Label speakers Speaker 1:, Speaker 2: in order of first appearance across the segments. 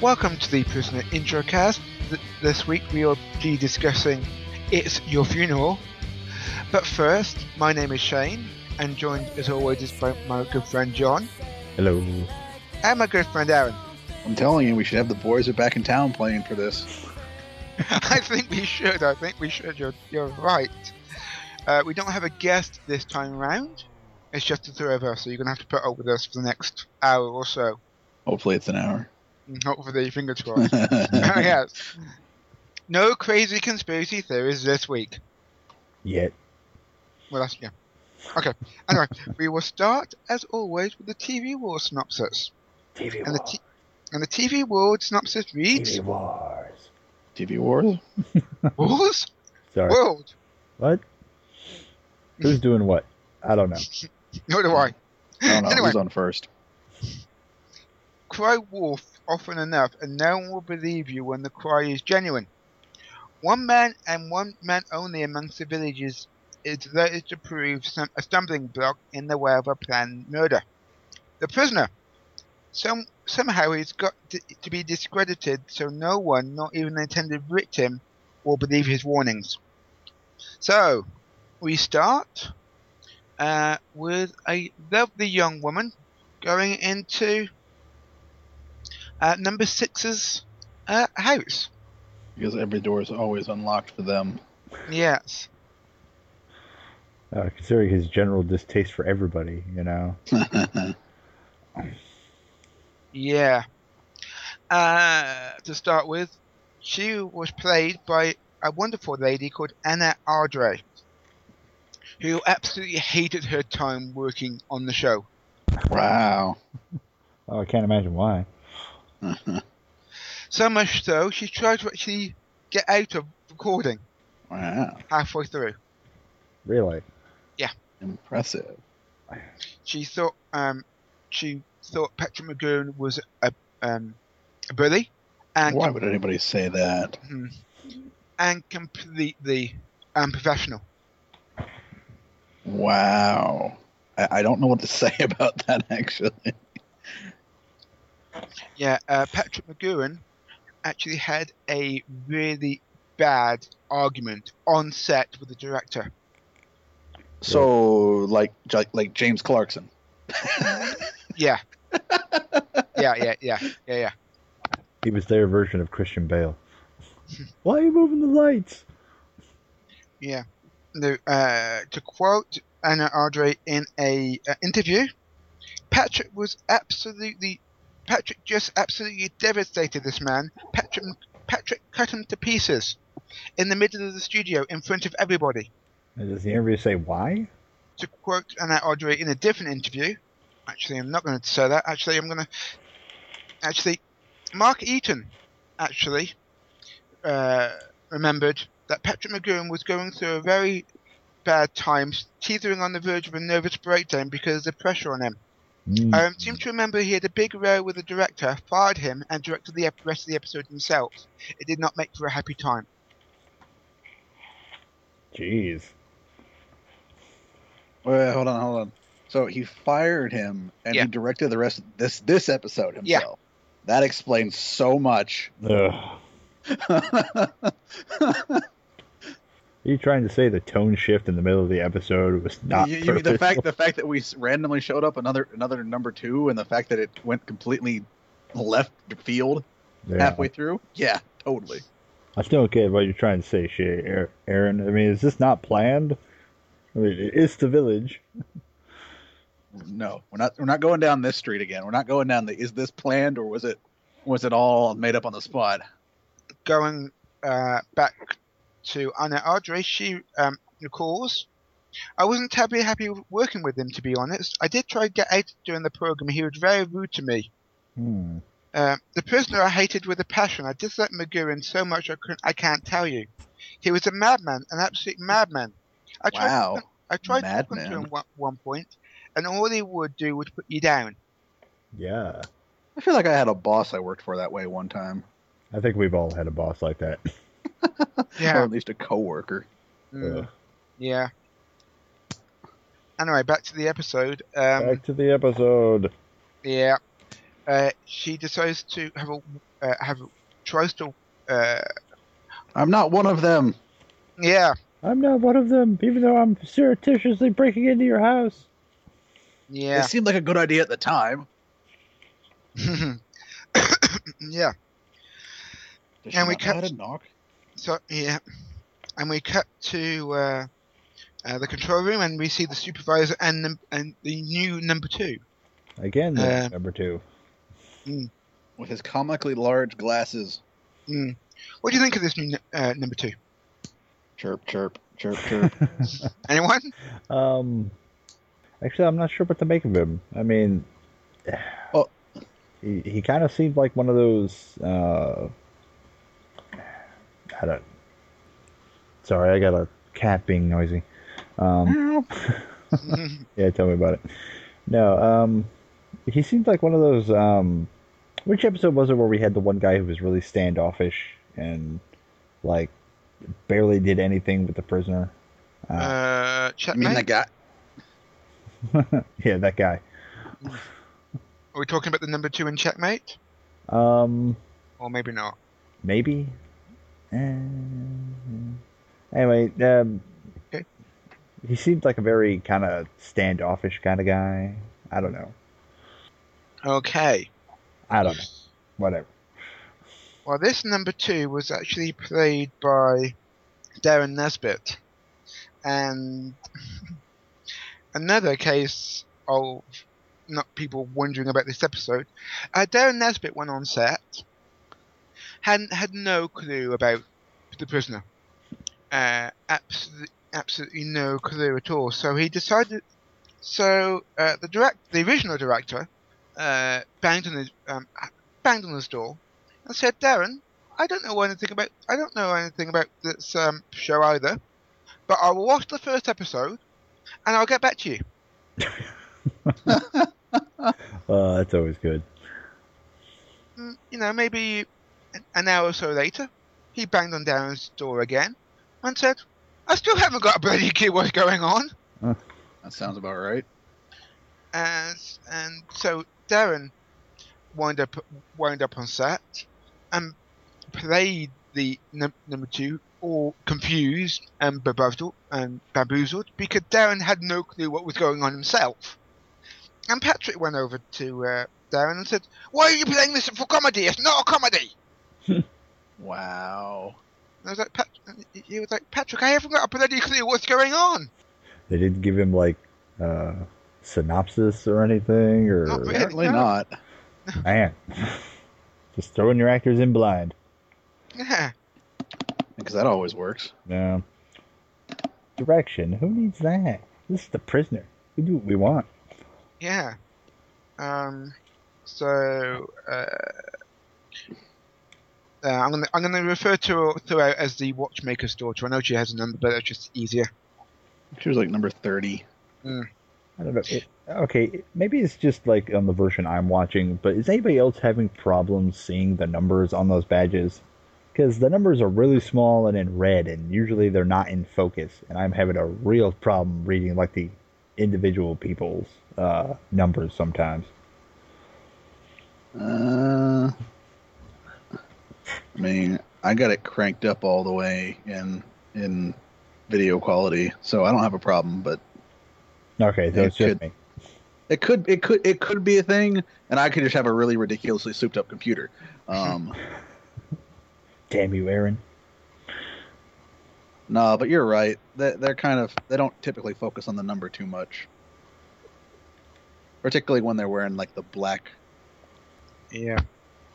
Speaker 1: Welcome to the Prisoner Intro Cast. Th- this week we will be discussing It's Your Funeral. But first, my name is Shane, and joined as always is by my good friend John
Speaker 2: Hello.
Speaker 1: and my good friend Aaron.
Speaker 3: I'm telling you, we should have the boys are back in town playing for this.
Speaker 1: I think we should, I think we should, you're, you're right. Uh, we don't have a guest this time round. It's just the three of us, so you're going to have to put up with us for the next hour or so.
Speaker 3: Hopefully, it's an hour.
Speaker 1: Not for the fingers crossed. yes. No crazy conspiracy theories this week.
Speaker 2: Yet.
Speaker 1: Well, that's yeah. Okay. Anyway, we will start as always with the TV war synopsis,
Speaker 2: TV
Speaker 1: and the t- and the TV world synopsis reads:
Speaker 2: Wars.
Speaker 3: TV Wars?
Speaker 1: Wars
Speaker 2: Sorry.
Speaker 1: world.
Speaker 2: What? Who's doing what? I don't know.
Speaker 1: Nor do I.
Speaker 3: I don't know.
Speaker 1: Anyway,
Speaker 3: Who's on first?
Speaker 1: cry wolf often enough, and no one will believe you when the cry is genuine. One man and one man only amongst the villages is there is to prove some, a stumbling block in the way of a planned murder. The prisoner. Some, somehow he's got to, to be discredited so no one, not even the intended victim, will believe his warnings. So, we start uh, with a lovely young woman going into uh, number six's uh, house.
Speaker 3: Because every door is always unlocked for them.
Speaker 1: Yes.
Speaker 2: Uh, considering his general distaste for everybody, you know.
Speaker 1: Yeah. Uh, to start with, she was played by a wonderful lady called Anna Ardre, who absolutely hated her time working on the show.
Speaker 3: wow.
Speaker 2: Oh, I can't imagine why.
Speaker 1: So much so, she tried to actually get out of recording
Speaker 3: Wow.
Speaker 1: halfway through.
Speaker 2: Really.
Speaker 3: Impressive.
Speaker 1: She thought um, she thought Petra Magoon was a um, a bully, and
Speaker 3: Why would anybody say that?
Speaker 1: Mhm. and completely unprofessional.
Speaker 3: Wow. I, I don't know what to say about that, actually.
Speaker 1: Yeah, uh, Patrick McGowan actually had a really bad argument on set with the director.
Speaker 3: So, like, J- like James Clarkson.
Speaker 1: Yeah. yeah, yeah, yeah, yeah, yeah.
Speaker 2: He was their version of Christian Bale. why are you moving the lights?
Speaker 1: No, uh, to quote Anna Ardre in a uh, interview, Patrick was absolutely, Patrick just absolutely devastated this man. Patrick, Patrick cut him to pieces in the middle of the studio in front of everybody.
Speaker 2: And does the interview say why?
Speaker 1: to quote Anna Audrey in a different interview. Actually, I'm not going to say that. Actually, I'm going to. Actually, Mark Eaton actually uh, remembered that Patrick McGoon was going through a very bad time, teetering on the verge of a nervous breakdown because of the pressure on him.
Speaker 2: Mm.
Speaker 1: I um, seem to remember he had a big row with the director, fired him, and directed the ep- rest of the episode himself. It did not make for a happy time.
Speaker 2: Jeez.
Speaker 3: Wait, wait, hold on, hold on. So he fired him, and
Speaker 1: Yeah.
Speaker 3: he directed the rest of this this episode
Speaker 1: Yeah.
Speaker 3: himself. That explains so much.
Speaker 2: Ugh. Are you trying to say the tone shift in the middle of the episode was not
Speaker 3: You- you mean the
Speaker 2: purposeful?
Speaker 3: fact the fact that we s- randomly showed up another another number two, and the fact that it went completely left field
Speaker 2: Yeah.
Speaker 3: halfway through. Yeah, totally.
Speaker 2: I still don't get what you're trying to say, Shay- Aar- Aaron. I mean, is this not planned? I mean, it's the village.
Speaker 3: No, we're not we're not going down this street again. We're not going down the. Is this planned or was it was it all made up on the spot?
Speaker 1: going uh, back to Anna Audrey, she um, recalls, I wasn't terribly happy working with him, to be honest. I did try to get out during the program. He was very rude to me.
Speaker 2: Hmm.
Speaker 1: Uh, the prisoner I hated with a passion. I disliked Magurin so much I, couldn't, I can't tell you. He was a madman, an absolute madman. I tried,
Speaker 3: Wow.
Speaker 1: I tried talking to
Speaker 3: madman.
Speaker 1: him at one point, and all he would do was put you down.
Speaker 2: Yeah.
Speaker 3: I feel like I had a boss I worked for that way one time,
Speaker 2: I think we've all had a boss like that.
Speaker 3: or
Speaker 1: Yeah.
Speaker 3: at least a coworker.
Speaker 1: Mm,
Speaker 2: Ugh.
Speaker 1: yeah. Anyway, back to the episode. Um,
Speaker 2: Back to the episode.
Speaker 1: Yeah. uh, she decides to have a uh, have a- tries to uh,
Speaker 3: I'm not one of them.
Speaker 1: yeah
Speaker 2: I'm not one of them, even though I'm surreptitiously breaking into your house.
Speaker 1: yeah
Speaker 3: It seemed like a good idea at the time.
Speaker 1: yeah
Speaker 3: Does she
Speaker 1: And we
Speaker 3: not know how
Speaker 1: kept-
Speaker 3: to knock.
Speaker 1: So yeah, and we cut to uh, uh, the control room, and we see the supervisor and the, and the new number two.
Speaker 2: Again, that's
Speaker 1: Uh,
Speaker 2: number two.
Speaker 3: with his comically large glasses.
Speaker 1: Mm. What do you think of this new nu- uh, number two?
Speaker 3: Chirp, chirp, chirp, chirp.
Speaker 1: Anyone?
Speaker 2: Um, actually, I'm not sure what to make of him. I mean,
Speaker 3: Well-
Speaker 2: he, he kind of seemed like one of those. Uh, I don't. Sorry, I got a cat being noisy.
Speaker 3: Hmm.
Speaker 2: Um,
Speaker 1: Mm.
Speaker 2: yeah, tell me about it. No, um, he seemed like one of those. Um, which episode was it where we had the one guy who was really standoffish and like barely did anything with the prisoner? Uh,
Speaker 1: uh,
Speaker 3: I mean,
Speaker 1: checkmate.
Speaker 3: the guy.
Speaker 2: yeah, that guy.
Speaker 1: Are we talking about the number two in checkmate,
Speaker 2: Um,
Speaker 1: or maybe not?
Speaker 2: maybe. Um, anyway, um,
Speaker 1: Okay.
Speaker 2: he seemed like a very kind of standoffish kind of guy. I don't know.
Speaker 1: Okay.
Speaker 2: I don't know. Whatever.
Speaker 1: Well, this number two was actually played by Darren Nesbitt, and another case of not people wondering about this episode. Uh, Darren Nesbitt went on set, hadn't had no clue about the prisoner, uh, absolutely, absolutely no clue at all. So he decided. So uh, the direct, the original director, uh, banged on his um, banged on his door and said, Darren, I don't know anything about I don't know anything about this um, show either, but I will watch the first episode and I'll get back to you.
Speaker 2: Uh, that's always good.
Speaker 1: Mm, You know, maybe an- an hour or so later, he banged on Darren's door again and said, I still haven't got a bloody clue what's going on.
Speaker 3: That sounds about right.
Speaker 1: And and so Darren wound up wound up on set and played the num- number two all confused and befuddled and bamboozled because Darren had no clue what was going on himself. And Patrick went over to uh, Darren and said, "Why are you playing this for comedy? It's not a comedy."
Speaker 3: Wow.
Speaker 1: And I was like, Pat- and he- he was like, Patrick, I haven't got a bloody clue what's going on.
Speaker 2: They didn't give him like uh, synopsis or anything, or
Speaker 1: Not really.
Speaker 3: Apparently
Speaker 1: no.
Speaker 3: not.
Speaker 2: man, just throwing your actors in blind.
Speaker 1: Yeah.
Speaker 3: Because that always works.
Speaker 2: No direction. Who needs that? This is the prisoner. We do what we want.
Speaker 1: Yeah. Um. So uh, uh, I'm gonna I'm gonna refer to her throughout as the watchmaker's daughter. I know she has a number, but that's just easier.
Speaker 3: She was like number 30.
Speaker 2: I don't know. It, okay, it- maybe it's just like on the version I'm watching, but is anybody else having problems seeing the numbers on those badges? Because the numbers are really small and in red, and usually they're not in focus, and I'm having a real problem reading like the individual people's uh, numbers sometimes.
Speaker 3: Uh, I mean, I got it cranked up all the way in in video quality, so I don't have a problem. But
Speaker 2: Okay, so
Speaker 3: It
Speaker 2: it's just
Speaker 3: could-
Speaker 2: me.
Speaker 3: it could it could it could be a thing, and I could just have a really ridiculously souped up computer. Um,
Speaker 2: Damn you, Aaron.
Speaker 3: no, but you're right. They, they're kind of they don't typically focus on the number too much, particularly when they're wearing like the black.
Speaker 1: Yeah.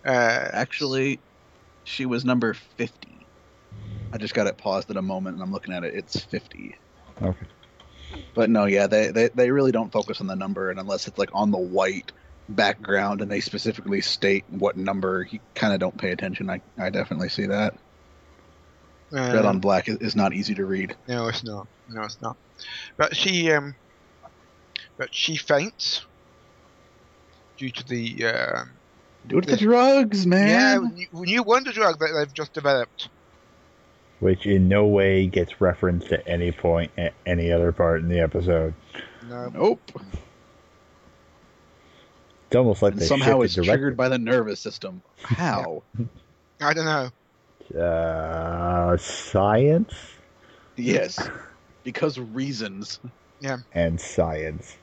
Speaker 1: Uh,
Speaker 3: Actually, she was number fifty. I just got it paused at a moment, and I'm looking at it. It's fifty.
Speaker 2: Okay.
Speaker 3: But no, yeah, they, they they really don't focus on the number, and unless it's like on the white background and they specifically state what number, you kind of don't pay attention. I, I definitely see that. Red
Speaker 1: uh,
Speaker 3: on black is, is not easy to read.
Speaker 1: no, it's not. No, it's not. But she um. But she faints due to the um
Speaker 3: Do it to the drugs,
Speaker 1: yeah
Speaker 3: man.
Speaker 1: new, new wonder drug that they've just developed.
Speaker 2: Which in no way gets referenced at any point at any other part in the episode.
Speaker 1: No.
Speaker 3: Nope.
Speaker 2: It's almost like
Speaker 3: And
Speaker 2: they
Speaker 3: somehow it's
Speaker 2: shifted direct-
Speaker 3: triggered by the nervous system. How?
Speaker 1: I don't know.
Speaker 2: uh, science
Speaker 3: yes. Because reasons
Speaker 2: and science.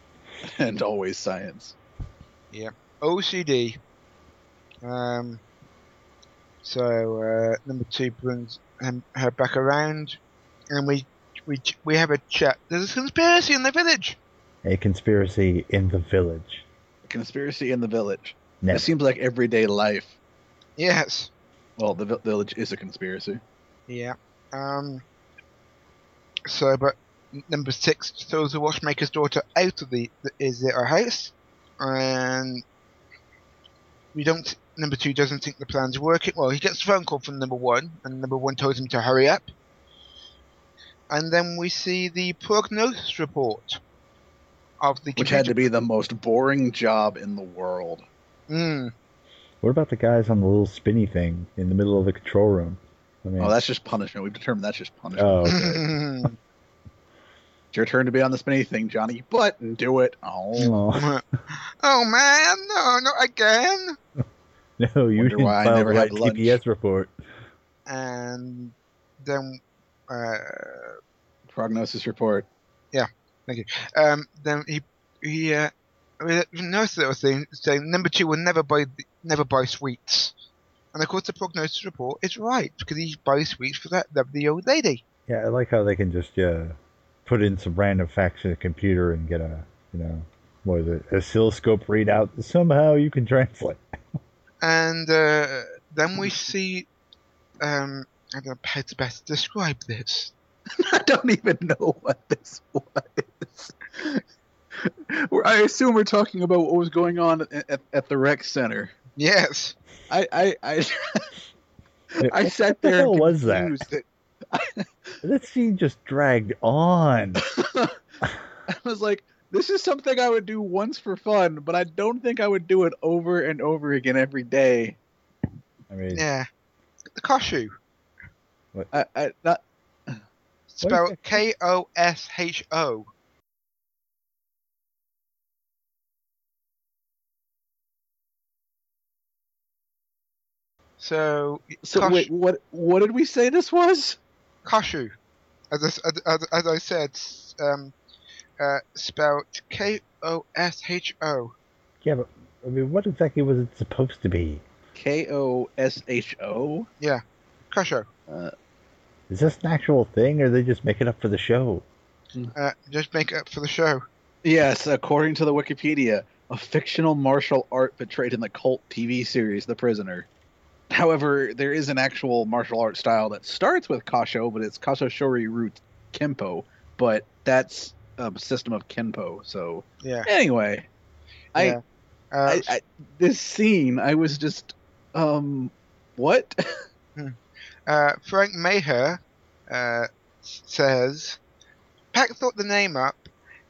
Speaker 3: and always science.
Speaker 1: OCD. Um, so uh, number two brings him, her back around, and we we ch- we have a chat. There's a conspiracy in the village.
Speaker 2: A conspiracy in the village.
Speaker 3: Conspiracy in the village.
Speaker 2: Never.
Speaker 3: It seems like everyday life.
Speaker 1: Yes.
Speaker 3: Well, the vi- village is a conspiracy.
Speaker 1: Yeah. Um. So, but n- number six throws the watchmaker's daughter out of the, the is it her house, and we don't. Number two doesn't think the plan's working. Well, he gets a phone call from number one, and number one tells him to hurry up. And then we see the prognosis report of the
Speaker 3: Which had to be the most boring job in the world.
Speaker 1: Mm,
Speaker 2: What about the guys on the little spinny thing in the middle of the control room? I mean,
Speaker 3: Oh, that's just punishment. We've determined that's just punishment.
Speaker 2: oh,
Speaker 1: Hmm.
Speaker 3: It's your turn to be on the spinny thing, Johnny. But do it. Oh,
Speaker 2: oh,
Speaker 1: oh man, no, not again.
Speaker 2: no, you
Speaker 3: Wonder
Speaker 2: didn't
Speaker 3: why I
Speaker 2: file the
Speaker 3: never
Speaker 2: right
Speaker 3: had lunch.
Speaker 2: TPS report.
Speaker 1: and then uh,
Speaker 3: prognosis report.
Speaker 1: um, then he he uh, noticed that was saying, saying number two will never buy th- never buy sweets, and of course the prognosis report is right because he buys sweets for that lovely old lady.
Speaker 2: Yeah, I like how they can just uh, put in some random facts in the computer and get a, you know, what is it, oscilloscope readout that somehow you can translate.
Speaker 1: And uh, then we see um, I don't know how to best describe this.
Speaker 3: I don't even know what this was. We're- I assume we're talking about what was going on at, at, at the rec center.
Speaker 1: Yes,
Speaker 3: I I I, I
Speaker 2: What
Speaker 3: sat
Speaker 2: the
Speaker 3: there.
Speaker 2: hell
Speaker 3: and
Speaker 2: was that?
Speaker 3: confused it.
Speaker 2: This scene just dragged on.
Speaker 3: I was like, this is something I would do once for fun, but I don't think I would do it over and over again every day.
Speaker 2: I mean,
Speaker 1: yeah, the koshu
Speaker 3: I, I not
Speaker 1: spelled K O S H O. So
Speaker 3: so.
Speaker 1: Gosh.
Speaker 3: Wait, what what did we say this was?
Speaker 1: Kashu, as I, s- as- as, as I said, s- um, uh, spelled K O S H O.
Speaker 2: yeah, but I mean, what exactly was it supposed to be?
Speaker 3: K O S H O. Uh,
Speaker 1: Kasho.
Speaker 2: Is this an actual thing, or are they just making up for the show?
Speaker 1: Uh, just make it up for the show.
Speaker 3: Yes, according to the Wikipedia, a fictional martial art portrayed in the cult TV series The Prisoner. However, there is an actual martial art style that starts with Kasho, but it's Kasho Shori Root Kenpo, but that's a system of Kenpo. So
Speaker 1: Yeah.
Speaker 3: anyway, I-
Speaker 1: yeah. Uh,
Speaker 3: I, I this scene, I was just, um, what?
Speaker 1: uh, Frank Maher uh, s- says, Pack thought the name up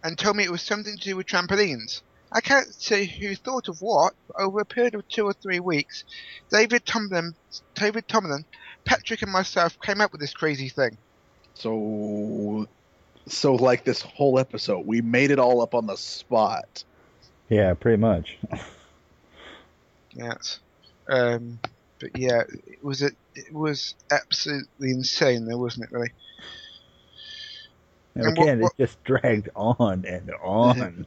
Speaker 1: and told me it was something to do with trampolines. I can't say who thought of what, but over a period of two or three weeks, David Tomlin, David Tomlin, Patrick, and myself came up with this crazy thing.
Speaker 3: so, so like this whole episode, we made it all up on the spot.
Speaker 2: Yeah, pretty much.
Speaker 1: Yes. Um, but yeah, it was a, it was absolutely insane, though, wasn't it? Really.
Speaker 2: And
Speaker 1: And what-
Speaker 2: again,
Speaker 1: what-
Speaker 2: it just dragged on and on.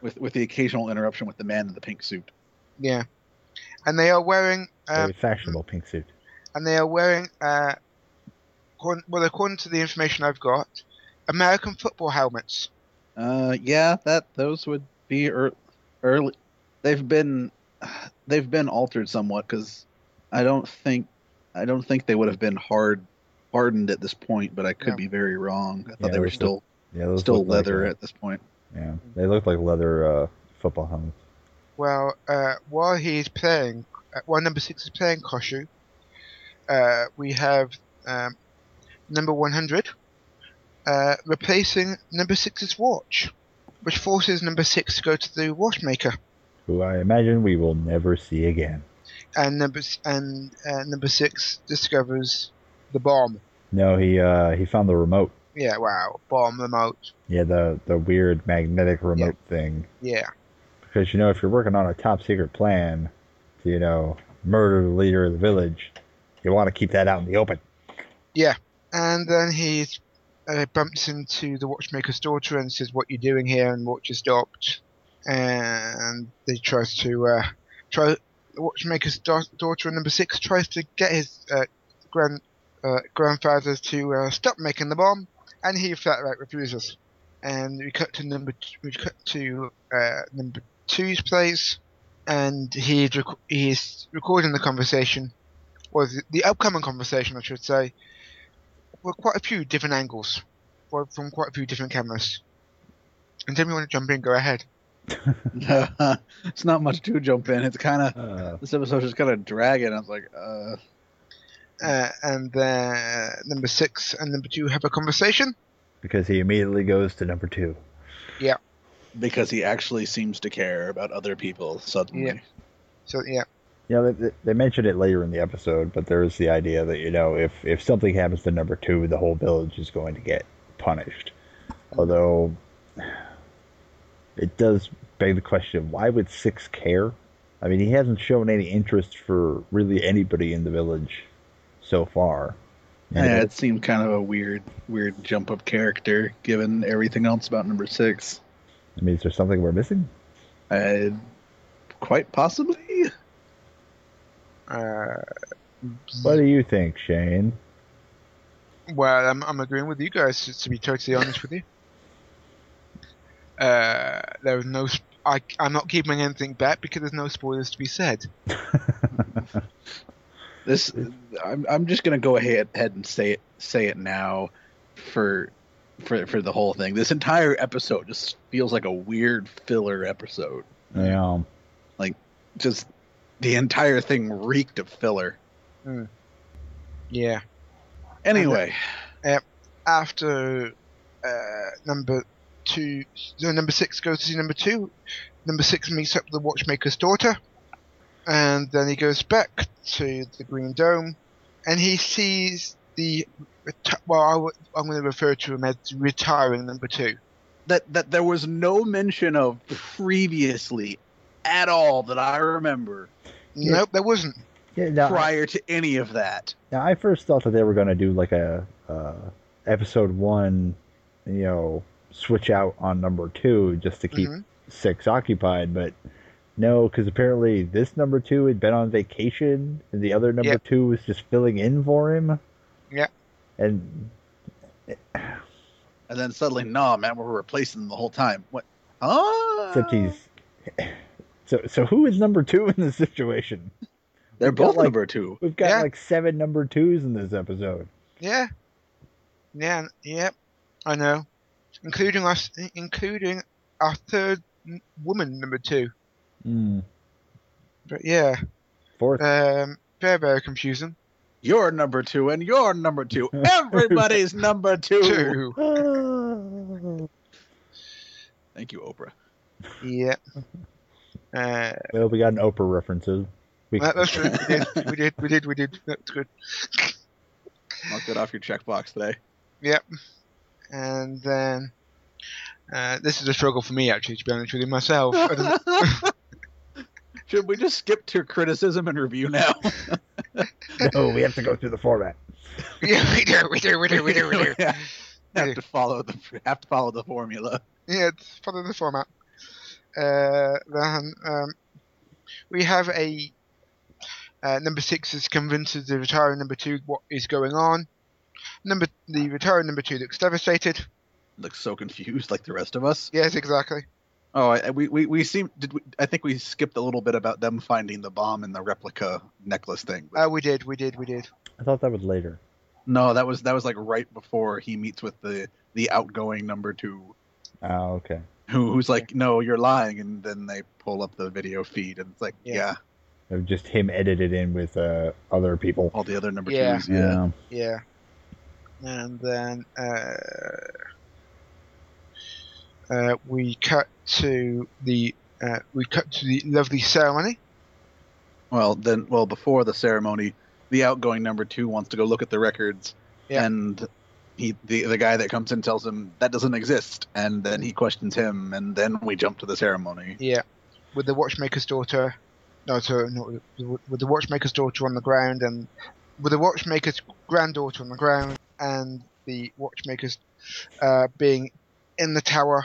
Speaker 3: with with the occasional interruption with the man in the pink suit.
Speaker 1: Yeah. And they are wearing um,
Speaker 2: Very fashionable pink suit.
Speaker 1: and they are wearing, uh, according, well, according to the information I've got, American football helmets.
Speaker 3: Uh, yeah, that those would be ear early. They've been they've been altered somewhat because I don't think I don't think they would have been hard hardened at this point, but I could
Speaker 1: Yeah.
Speaker 3: be very wrong. I thought
Speaker 2: Yeah,
Speaker 3: they were
Speaker 2: those
Speaker 3: still
Speaker 2: Yeah, those
Speaker 3: still
Speaker 2: look like,
Speaker 3: leather
Speaker 2: uh,
Speaker 3: at this point.
Speaker 2: yeah, they look like leather uh, football helmets.
Speaker 1: Well, uh, while he's playing, uh, while number six is playing Koshu, uh, we have um, number 100 uh, replacing number six's watch, which forces number six to go to the watchmaker.
Speaker 2: Who I imagine we will never see again.
Speaker 1: And number s- and uh, number six discovers the bomb.
Speaker 2: No, he uh, he found the remote.
Speaker 1: Yeah, wow, bomb remote.
Speaker 2: Yeah, the the weird magnetic remote thing
Speaker 1: Yeah,
Speaker 2: because you know if you're working on a top secret plan to you know murder the leader of the village, you want to keep that out in the open.
Speaker 1: And then he uh, bumps into the watchmaker's daughter and says, "What you doing here?" And Watcher stopped. And he tries to uh, try. The watchmaker's da- daughter, number six, tries to get his uh, grand uh, grandfather to uh, stop making the bomb, and he flat out refuses. And we cut to number t- we cut to uh, number two's place, and he's rec- he's recording the conversation, or the, the upcoming conversation, I should say well, quite a few different angles well, from quite a few different cameras. And then we want to jump in, go ahead.
Speaker 3: it's not much to jump in. It's kind of
Speaker 2: Uh,
Speaker 3: this episode's just kind of dragging. I was like, uh,
Speaker 1: Uh, and uh, number six and number two have a conversation.
Speaker 2: because he immediately goes to number two.
Speaker 3: because he actually seems to care about other people suddenly.
Speaker 1: Yeah. So yeah,
Speaker 2: Yeah, they- they, they mentioned it later in the episode, but there is the idea that you know if if something happens to number two, the whole village is going to get punished. Although it does beg the question: Why would Six care? I mean, he hasn't shown any interest for really anybody in the village so far. And
Speaker 3: Yeah,
Speaker 2: it-
Speaker 3: it seemed kind of a weird, weird jump of character given everything else about number six.
Speaker 2: I mean, is there something we're missing?
Speaker 3: Uh, quite possibly.
Speaker 1: uh,
Speaker 2: What do you think, Shane?
Speaker 1: well, I'm, I'm agreeing with you guys to- to be totally honest with you. Uh, there is no. Sp- I, I'm not keeping anything back because there's no spoilers to be said.
Speaker 3: This, I'm, I'm just gonna go ahead, ahead and say it, say it now, for, for, for the whole thing. This entire episode just feels like a weird filler episode.
Speaker 2: Yeah,
Speaker 3: Just the entire thing reeked of filler.
Speaker 1: Yeah.
Speaker 3: Anyway,
Speaker 1: after uh, number two, no, number six goes to see number two. Number six meets up with the watchmaker's daughter, and then he goes back to the Green Dome, and he sees the reti- well. I w- I'm going to refer to him as retiring number two.
Speaker 3: that that there was no mention of previously at all that I remember
Speaker 2: Yeah.
Speaker 1: Nope, there wasn't.
Speaker 2: yeah. Now, I,
Speaker 3: prior to any of that.
Speaker 2: now I first thought that they were going to do like a uh, episode one, you know, switch out on number two just to keep
Speaker 1: Mhm.
Speaker 2: six occupied, but no, because apparently this number two had been on vacation, and the other number
Speaker 1: Yep.
Speaker 2: two was just filling in for him.
Speaker 1: Yep.
Speaker 2: And
Speaker 3: And then suddenly, nah, man, we're replacing them the whole time. What? Ah! Huh?
Speaker 2: except he's so so. Who is number two in this situation?
Speaker 3: They're both
Speaker 2: like-
Speaker 3: number two.
Speaker 2: We've got
Speaker 1: Yeah.
Speaker 2: like seven number twos in this episode.
Speaker 1: Yeah, yeah, n- yep. I know, including us, including our third n- woman number two.
Speaker 2: Mm.
Speaker 1: But yeah,
Speaker 2: Fourth.
Speaker 1: um, very very confusing.
Speaker 3: You're number two, and you're number two. Everybody's number
Speaker 1: Two.
Speaker 3: two. Thank you, Oprah.
Speaker 1: Yeah. Uh,
Speaker 2: well, we got an Oprah references. We,
Speaker 1: that- that's true. We did. We did. We did. We did. That's good.
Speaker 3: Mark that off your checkbox today.
Speaker 1: And then uh, this is a struggle for me, actually, to be honest with you myself. I don't-
Speaker 3: Should we just skip to criticism and review now?
Speaker 2: no, Oh, we have to go through the format.
Speaker 1: yeah, we do. We do. We do. We do. We do.
Speaker 3: Yeah. have to follow the have to follow the formula.
Speaker 1: Yeah, it's part of the format. Uh, then um, we have a uh, number six is convinces the retiring number two what is going on. Number the retiring number two looks devastated.
Speaker 3: Looks so confused, like the rest of us.
Speaker 1: Yes, exactly.
Speaker 3: Oh, I, we, we we seem did we, I think we skipped a little bit about them finding the bomb and the replica necklace thing. but-
Speaker 1: Uh, we did. We did. We did.
Speaker 2: I thought that was later.
Speaker 3: no, that was that was like right before he meets with the the outgoing number two,
Speaker 2: Oh, okay.
Speaker 3: who who's like, no, you're lying, and then they pull up the video feed, and it's like, yeah,
Speaker 1: Yeah.
Speaker 2: It was just him edited in with uh, other people.
Speaker 3: all the other number
Speaker 1: Yeah.
Speaker 3: twos, yeah.
Speaker 1: Yeah. And then uh, uh, we cut to the uh, we cut to the lovely ceremony.
Speaker 3: Well, then, well, before the ceremony, the outgoing number two wants to go look at the records,
Speaker 1: Yeah.
Speaker 3: and he, the the guy that comes in tells him that doesn't exist, and then he questions him, and then we jump to the ceremony.
Speaker 1: Yeah. with the watchmaker's daughter. No, sorry, not with, the- with the watchmaker's daughter on the ground and with the watchmaker's granddaughter on the ground and the watchmaker's uh, being in the tower.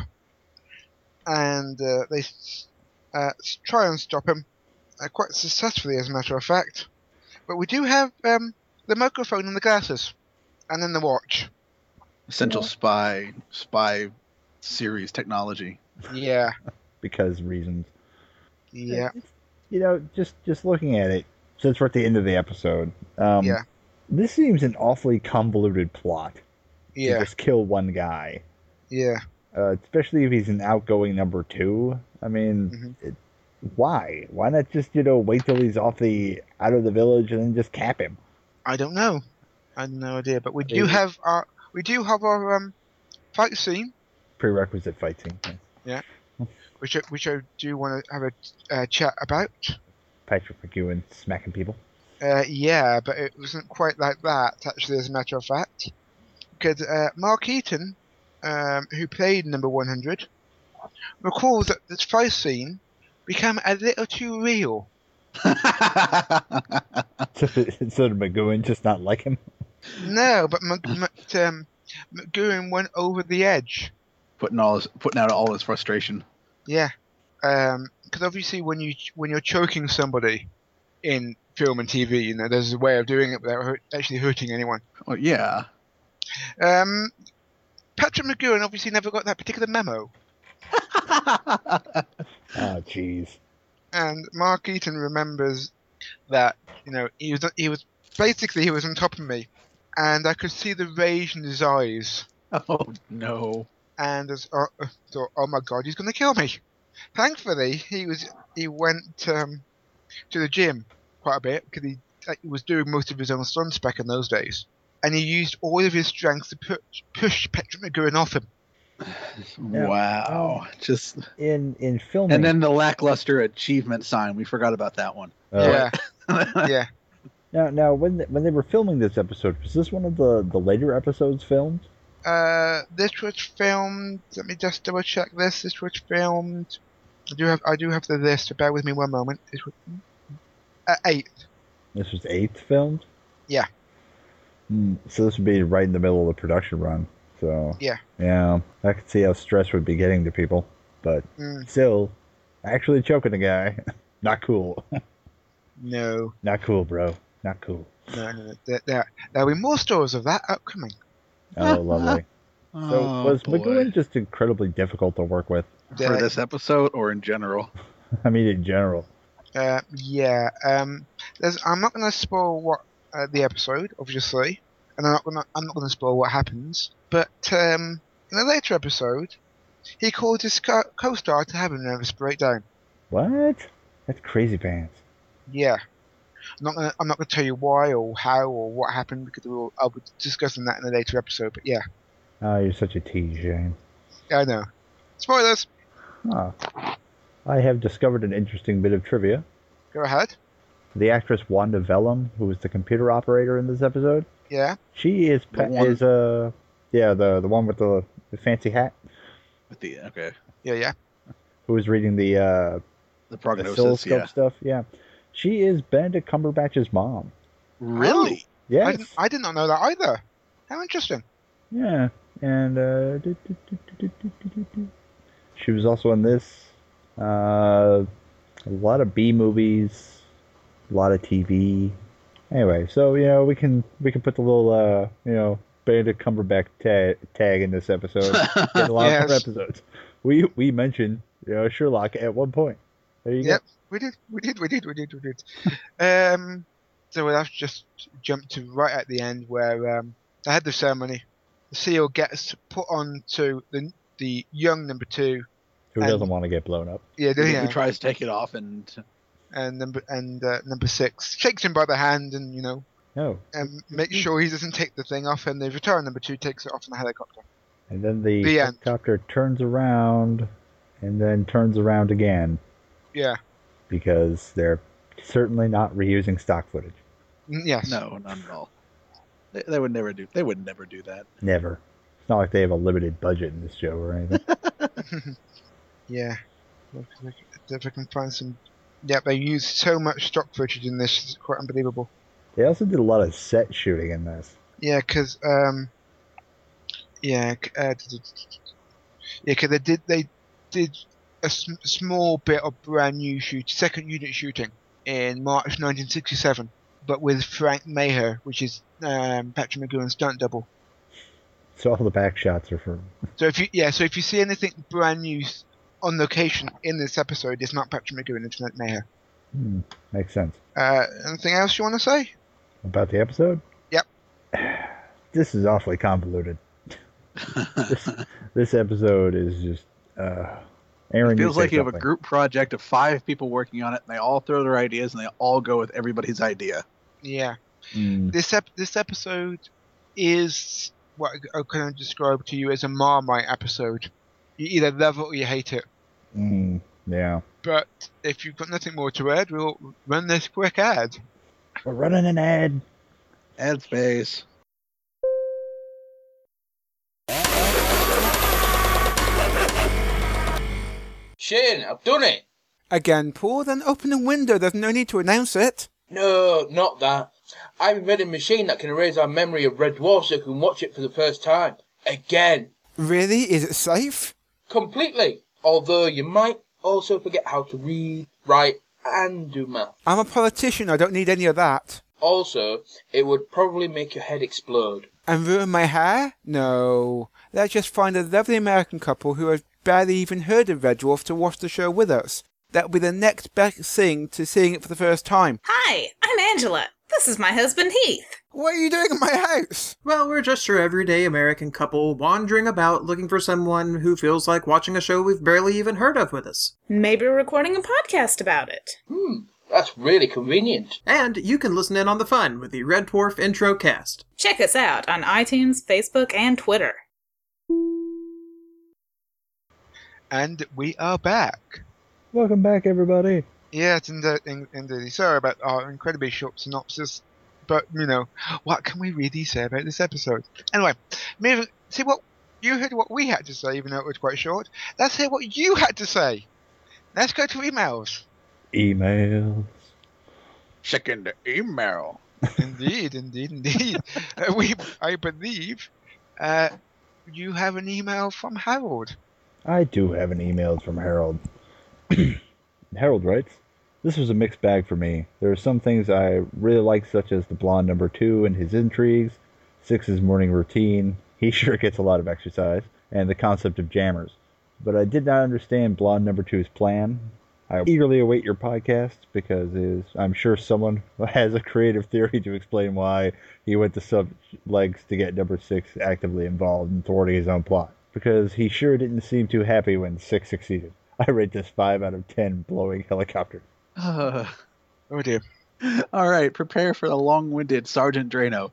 Speaker 1: And uh, they s- uh, s- try and stop him uh, quite successfully, as a matter of fact. But we do have um, the microphone and the glasses, and then the watch.
Speaker 3: Essential spy spy series technology.
Speaker 1: Yeah,
Speaker 2: because reasons.
Speaker 1: yeah.
Speaker 2: You know, just just looking at it, since we're at the end of the episode, um,
Speaker 1: Yeah.
Speaker 2: this seems an awfully convoluted plot to
Speaker 1: Yeah,
Speaker 2: just kill one guy,
Speaker 1: yeah,
Speaker 2: uh, especially if he's an outgoing number two. I mean,
Speaker 1: Mhm.
Speaker 2: it, why? Why not just you know wait till he's off the out of the village and then just cap him?
Speaker 1: I don't know. I have no idea, but we do
Speaker 2: Maybe.
Speaker 1: have our we do have our um, fight scene,
Speaker 2: Prerequisite fighting,
Speaker 1: which I, which I do want to have a uh, chat about.
Speaker 2: Patrick McEwen smacking people.
Speaker 1: Uh, yeah, but it wasn't quite like that actually, as a matter of fact, because uh, Mark Eaton, um, who played number one hundred, recalls that this fight scene became a little too real.
Speaker 2: so so did McGowan just not like him?
Speaker 1: No, but Mc, Mc, um, McGowan went over the edge.
Speaker 3: putting all his, putting out all his frustration.
Speaker 1: Yeah, because obviously when you when you're choking somebody in film and TV, you know there's a way of doing it without hurt, actually hurting anyone.
Speaker 3: Oh yeah.
Speaker 1: Um, Patrick McGowan obviously never got that particular memo,
Speaker 2: Oh, jeez.
Speaker 1: and Mark Eaton remembers that you know he was he was basically he was on top of me, and I could see the rage in his eyes,
Speaker 3: oh no.
Speaker 1: and I was- I thought, oh my god, he's going to kill me. Thankfully, he was he went um, to the gym quite a bit because he, uh, he was doing most of his own stunts back in those days, and he used all of his strength to pu- push Patrick McGowan off him.
Speaker 3: Wow. Just
Speaker 2: In in filming,
Speaker 3: and then the lackluster achievement sign. We forgot about that one.
Speaker 2: Uh,
Speaker 1: yeah, yeah.
Speaker 2: Now, now, when they, when they were filming this episode, was this one of the the later episodes filmed?
Speaker 1: Uh, this was filmed. Let me just double check this. This was filmed. I do have I do have the list. So bear with me one moment. This was uh, eight.
Speaker 2: This was eighth filmed.
Speaker 1: Yeah.
Speaker 2: Hmm, so this would be right in the middle of the production run. So
Speaker 1: Yeah.
Speaker 2: yeah, I could see how stress would be getting to people, but
Speaker 1: Mm,
Speaker 2: still, actually choking a guy, not cool,
Speaker 1: no,
Speaker 2: not cool, bro, not cool.
Speaker 1: no, no. no. There, there, there'll be more stories of that upcoming.
Speaker 2: Oh, lovely.
Speaker 3: Oh,
Speaker 2: So
Speaker 1: Oh,
Speaker 2: was McGowan just incredibly difficult to work with?
Speaker 3: for this episode or in general?
Speaker 2: I mean, in general.
Speaker 1: Uh, yeah. Um, there's, I'm not going to spoil what uh, the episode, obviously, and I'm not going to I'm not going to spoil what happens. But um, in a later episode, he called his co- co-star to have a nervous breakdown.
Speaker 2: What? That's crazy pants.
Speaker 1: Yeah. I'm not gonna, I'm not going to tell you why or how or what happened because we'll, I'll be discussing that in a later episode. But yeah,
Speaker 2: Oh, you're such a tease, Jane.
Speaker 1: I know. Spoilers.
Speaker 2: Huh. I have discovered an interesting bit of trivia.
Speaker 1: Go ahead.
Speaker 2: The actress Wanda Vellum, who was the computer operator in this episode,
Speaker 1: Yeah.
Speaker 2: she is
Speaker 3: The
Speaker 2: pa-
Speaker 3: one-
Speaker 2: is uh yeah the the one with the, the fancy hat
Speaker 3: With the okay,
Speaker 1: Yeah. Yeah.
Speaker 2: who was reading the uh
Speaker 3: the
Speaker 2: the
Speaker 3: prognosis.
Speaker 2: oscilloscope
Speaker 3: Yeah.
Speaker 2: stuff. Yeah, she is Benedict Cumberbatch's mom.
Speaker 3: Really?
Speaker 1: I,
Speaker 2: Yes.
Speaker 1: didn't, I did not know that either. How interesting.
Speaker 2: Yeah, and uh, do, do, do, do, do, do, do, do. she was also in this. Uh, a lot of B movies, a lot of TV. Anyway, so you know we can we can put the little uh, you know Benedict Cumberbatch tag, tag in this episode. in a lot of other
Speaker 1: Yes.
Speaker 2: episodes, we we mentioned you know Sherlock at one point. There you
Speaker 1: Yep. We did, we did, we did, we did, we did. um, so we'll have to just jump to right at the end where um, they had the ceremony. The seal gets put on to the the young number two.
Speaker 2: go. Who
Speaker 1: And-
Speaker 2: doesn't want to get blown up?
Speaker 1: Yeah,
Speaker 3: He-
Speaker 1: yeah.
Speaker 3: He tries to take it off and
Speaker 1: and number and uh, number six shakes him by the hand and you know
Speaker 2: No.
Speaker 1: and makes sure he doesn't take the thing off. And the retired number two takes it off in the helicopter.
Speaker 2: And then the,
Speaker 1: The end.
Speaker 2: helicopter turns around, and then turns around again.
Speaker 1: Yeah.
Speaker 2: because they're certainly not reusing stock footage.
Speaker 1: Mm, Yes.
Speaker 3: no, not at all. They, they would never do. They would never do that.
Speaker 2: Never. It's not like they have a limited budget in this show or anything.
Speaker 1: Yeah. If I can find some. Yeah, they used so much stock footage in this. It's quite unbelievable.
Speaker 2: They also did a lot of set shooting in this.
Speaker 1: Yeah, because um, yeah, c- uh, d- d- d- d- yeah, 'cause they did they did a sm- small bit of brand new shoot second unit shooting in March 1967, but with Frank Maher, which is um, Patrick McGowan's stunt double.
Speaker 2: So all the back shots are from.
Speaker 1: So if you yeah, so if you see anything brand new s- on location in this episode, it's not Patrick McGowan, it's Frank Maher.
Speaker 2: Hmm, makes sense.
Speaker 1: Uh, anything else you want to say?
Speaker 2: About the episode?
Speaker 1: Yep.
Speaker 2: This is awfully convoluted. this, this episode is just. Uh, Aaron
Speaker 3: It
Speaker 2: you
Speaker 3: feels
Speaker 2: say
Speaker 3: like you have a
Speaker 2: something.
Speaker 3: group project of five people working on it, and they all throw their ideas, and they all go with everybody's idea.
Speaker 1: Yeah.
Speaker 2: Hmm.
Speaker 1: this ep- this episode is what I I can describe to you as a Marmite episode. You either love it or you hate it.
Speaker 2: Mm, yeah.
Speaker 1: But if you've got nothing more to add, we'll run this quick ad.
Speaker 2: We're running an ad.
Speaker 3: Ad space.
Speaker 4: Shane, I've done it.
Speaker 1: Again, Paul, then open the window. There's no need to announce it.
Speaker 4: No, not that. I invented a machine that can erase our memory of Red Dwarf so we can watch it for the first time. Again.
Speaker 1: Really? Is it safe?
Speaker 4: Completely. Although you might also forget how to read, write, and do math.
Speaker 1: I'm a politician. I don't need any of that.
Speaker 4: Also, it would probably make your head explode.
Speaker 1: And ruin my hair? No. Let's just find a lovely American couple who has barely even heard of Red Dwarf to watch the show with us. That will be the next best thing to seeing it for the first time.
Speaker 5: Hi, I'm Angela. This is my husband Heath.
Speaker 1: What are you doing in my house?
Speaker 6: Well, we're just your everyday American couple wandering about looking for someone who feels like watching a show we've barely even heard of with us.
Speaker 5: Maybe we're recording a podcast about it.
Speaker 4: Hmm, that's really convenient.
Speaker 6: And you can listen in on the fun with the Red Dwarf intro cast.
Speaker 5: Check us out on iTunes, Facebook, and Twitter.
Speaker 1: And we are back.
Speaker 2: Welcome back, everybody.
Speaker 1: Yes, indeed. in- indeed. Sorry about our incredibly short synopsis, but you know, what can we really say about this episode? Anyway, moving. See what you heard what we had to say, even though it was quite short. Let's hear what you had to say. Let's go to emails.
Speaker 2: Emails.
Speaker 3: Check in the email.
Speaker 1: indeed, indeed, indeed. Uh, we, I believe, uh, you have an email from Harold.
Speaker 2: I do have an email from Harold. Harold writes, This was a mixed bag for me. There are some things I really like, such as the blonde number two and his intrigues, Six's morning routine, he sure gets a lot of exercise, and the concept of jammers. But I did not understand blonde number two's plan. I eagerly await your podcast because it is, I'm sure someone has a creative theory to explain why he went to sub legs to get number six actively involved in thwarting his own plot because he sure didn't seem too happy when six succeeded. I rate this five out of ten blowing helicopter.
Speaker 3: Uh,
Speaker 1: Oh dear.
Speaker 3: all right, prepare for the long-winded Sergeant Drano.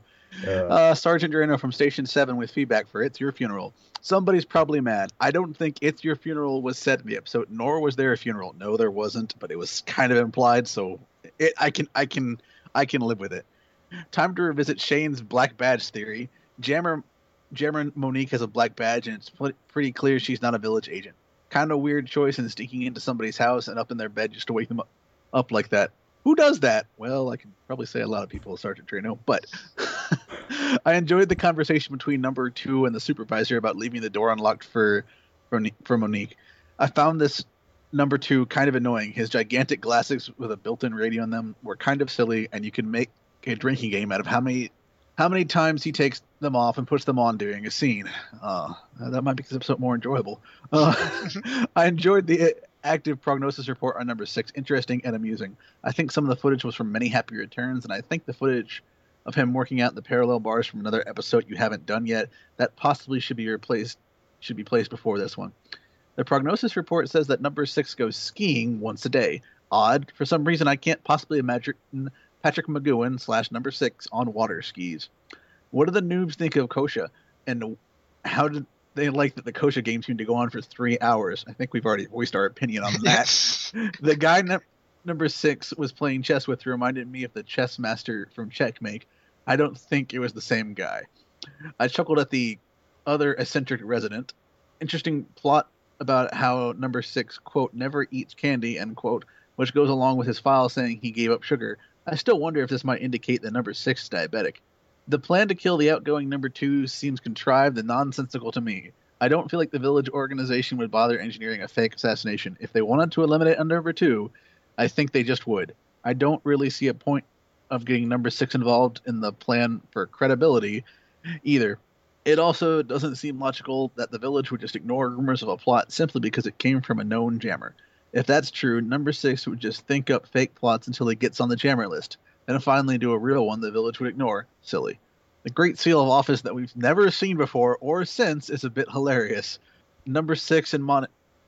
Speaker 2: Uh,
Speaker 3: Uh, Sergeant Drano from Station 7 with feedback for It's Your Funeral. Somebody's probably mad. I don't think It's Your Funeral was said in the episode, nor was there a funeral. No, there wasn't, but it was kind of implied, so it, I can I can I can live with it. Time to revisit Shane's black badge theory. Jammer Jammer Monique has a black badge and it's pl- pretty clear she's not a village agent. Kind of weird choice in sneaking into somebody's house and up in their bed just to wake them up, up like that. Who does that? Well, I could probably say a lot of people, Sergeant Drano, but I enjoyed the conversation between number two and the supervisor about leaving the door unlocked for for, Ni- for Monique. I found this number two kind of annoying. His gigantic glasses with a built-in radio in them were kind of silly, and you can make a drinking game out of how many how many times he takes them off and puts them on during a scene. Uh, that might make this episode more enjoyable. Uh, I enjoyed the active prognosis report on number six. Interesting and amusing. I think some of the footage was from many happy returns, and I think the footage of him working out the parallel bars from another episode you haven't done yet that possibly should be replaced should be placed before this one. The prognosis report says that number six goes skiing once a day. Odd. For some reason, I can't possibly imagine Patrick McGowan slash number six on water skis. What do the noobs think of Kosha, and how did they like that the Kosha game seemed to go on for three hours? I think we've already voiced our opinion on that
Speaker 1: Yes.
Speaker 3: the guy num- number six was playing chess with reminded me of the chess master from Checkmate. I don't think it was the same guy. I chuckled at the other eccentric resident. Interesting plot about how number six quote never eats candy end quote, which goes along with his file saying he gave up sugar. I still wonder if this might indicate that number six is diabetic. The plan to kill the outgoing number two seems contrived and nonsensical to me. I don't feel like the village organization would bother engineering a fake assassination. If they wanted to eliminate a number two, I think they just would. I don't really see a point of getting number six involved in the plan for credibility either. It also doesn't seem logical that the village would just ignore rumors of a plot simply because it came from a known jammer. If that's true, number six would just think up fake plots until he gets on the jammer list, then finally do a real one the village would ignore. Silly. The great seal of office that we've never seen before or since is a bit hilarious. Number six and Mon-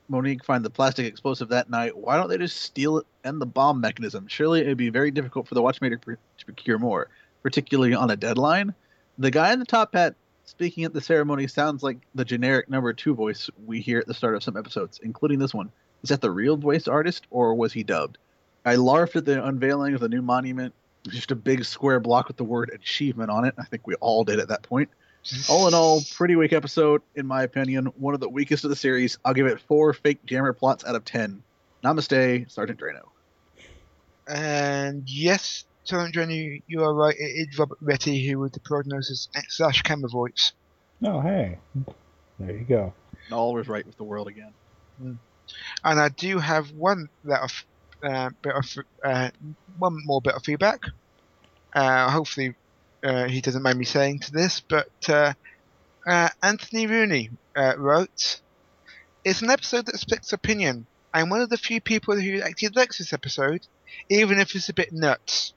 Speaker 3: Monique find the plastic explosive that night. Why don't they just steal it and the bomb mechanism? Surely it'd be very difficult for the watchmaker pr- to procure more, particularly on a deadline. The guy in the top hat speaking at the ceremony sounds like the generic number two voice we hear at the start of some episodes, including this one. Is that the real voice artist, or was he dubbed? I larfed at the unveiling of the new monument. It was just a big square block with the word achievement on it. I think we all did at that point. All in all, pretty weak episode, in my opinion. One of the weakest of the series. I'll give it four fake jammer plots out of ten. Namaste, Sergeant Drano.
Speaker 1: And yes, Telendren, you, you are right. It is Robert Retty who was the prognosis slash camera voice.
Speaker 2: Oh, hey. There you go.
Speaker 3: And all was right with the world again.
Speaker 1: And I do have one bit of, uh, bit of uh, one more bit of feedback. Uh, hopefully, uh, he doesn't mind me saying to this, but uh, uh, Anthony Rooney uh, wrote, "It's an episode that splits opinion. I'm one of the few people who actually likes this episode, even if it's a bit nuts,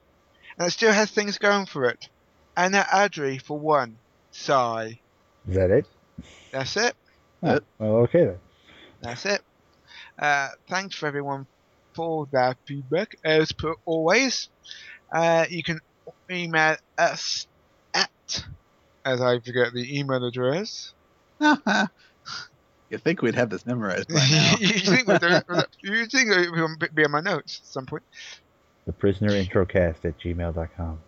Speaker 1: and it still has things going for it. Anna Adri for one. Sigh.
Speaker 2: Is that it?
Speaker 1: That's it.
Speaker 2: Oh, well, okay then.
Speaker 1: That's it. Uh, thanks for everyone for their feedback, as per always. Uh, you can email us at, as I forget the email address.
Speaker 3: you think we'd have this memorized by now?
Speaker 1: you think we'd do it- you think it would be on my notes at some point?
Speaker 2: The prisoner introcast at gmail.com.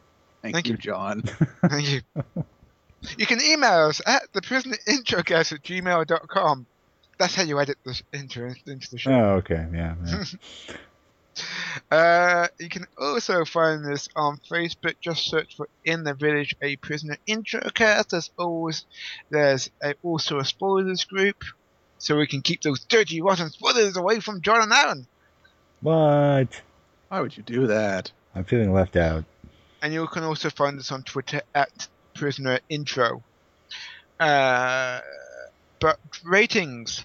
Speaker 3: Thank,
Speaker 1: Thank
Speaker 3: you,
Speaker 1: you.
Speaker 3: John.
Speaker 1: Thank you. You can email us at theprisonintrocast at gmail.com. That's how you edit the intro into the show.
Speaker 2: Oh, okay. Yeah. yeah.
Speaker 1: Uh, you can also find this on Facebook. Just search for "In the Village: A Prisoner Introcast." As always, there's a, also a spoilers group, so we can keep those dirty, rotten spoilers away from John and Aaron.
Speaker 2: what?
Speaker 3: Why would you do that?
Speaker 2: I'm feeling left out.
Speaker 1: And you can also find us on Twitter at Prisoner Intro. Uh, but ratings.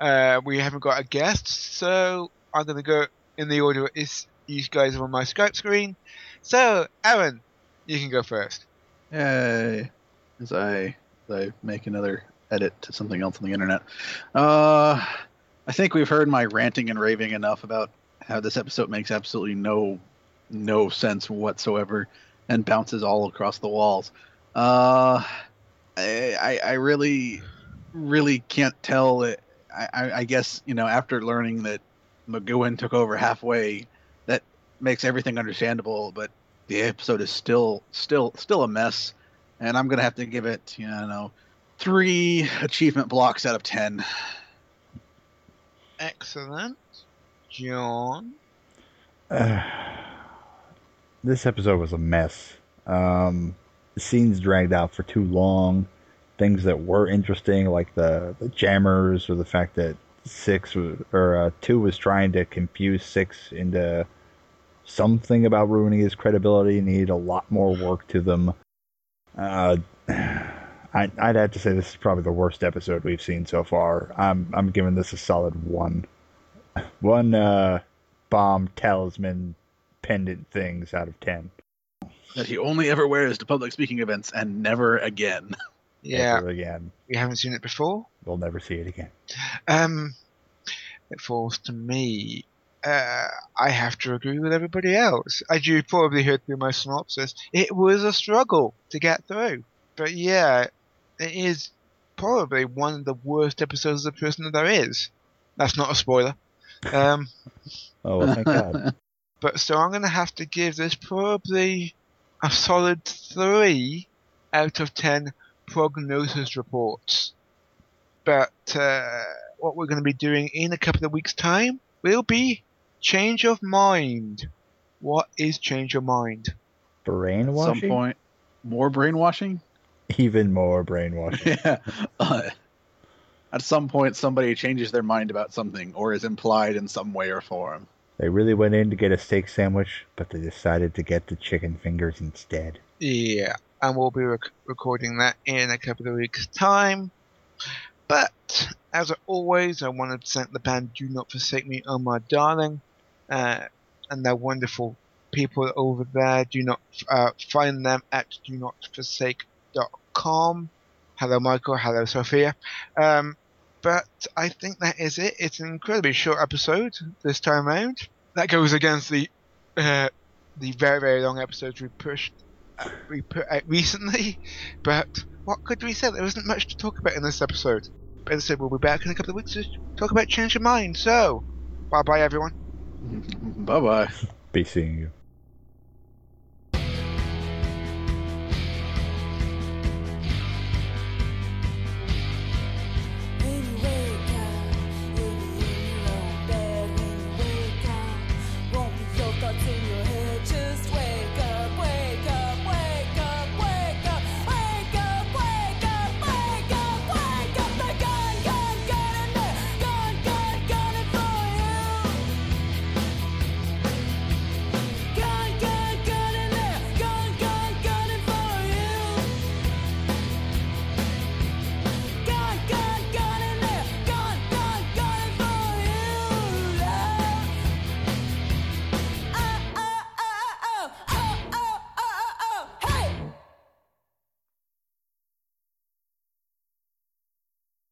Speaker 1: Uh, we haven't got a guest, so I'm going to go in the order it is you guys are on my Skype screen. So, Aaron, you can go first.
Speaker 3: Yay. As I, as I make another edit to something else on the internet. Uh, I think we've heard my ranting and raving enough about how this episode makes absolutely no no sense whatsoever and bounces all across the walls. Uh, I, I, I really, really can't tell. It. I, I, I guess, you know, after learning that McGowan took over halfway, that makes everything understandable, but the episode is still still still a mess and i'm gonna have to give it you know three achievement blocks out of ten
Speaker 1: Excellent. John.
Speaker 2: this episode was a mess. Um, scenes dragged out for too long. Things that were interesting, like the, the jammers, or the fact that six was, or uh, two was trying to confuse six into something about ruining his credibility, needed a lot more work to them. Uh, I, I'd have to say this is probably the worst episode we've seen so far. I'm I'm giving this a solid one. One uh, bomb talisman pendant things out of 10.
Speaker 3: that he only ever wears to public speaking events and never again
Speaker 1: Yeah,
Speaker 2: Ever again.
Speaker 1: we haven't seen it before.
Speaker 2: We'll never see it again.
Speaker 1: Um, it falls to me. Uh, I have to agree with everybody else. As you probably heard through my synopsis, it was a struggle to get through. But yeah, it is probably one of the worst episodes of The Prisoner there is. That's not a spoiler. Um,
Speaker 2: Oh, well, thank God.
Speaker 1: but so I'm going to have to give this probably a solid 3 out of 10 prognosis reports. But uh, what we're going to be doing in a couple of weeks' time will be change of mind. What is change of mind?
Speaker 2: Brainwashing?
Speaker 3: Some point, more brainwashing.
Speaker 2: Even more brainwashing.
Speaker 3: yeah. Uh, at some point, somebody changes their mind about something, or is implied in some way or form.
Speaker 2: they really went in to get a steak sandwich, but they decided to get the chicken fingers instead.
Speaker 1: Yeah, and we'll be rec- recording that in a couple of weeks' time. But as always, I want to thank the band Do Not Forsake Me, Oh My Darling, uh, and their wonderful people over there. Do not uh, find them at do not forsake.com. Hello, Michael. Hello, Sophia. Um, but I think that is it. It's an incredibly short episode this time around. That goes against the uh, the very very long episodes we pushed we put out recently, but what could we say? There isn't much to talk about in this episode. But as I said, we'll be back in a couple of weeks to talk about change of mind. So, bye bye, everyone.
Speaker 3: bye bye.
Speaker 2: Be seeing you.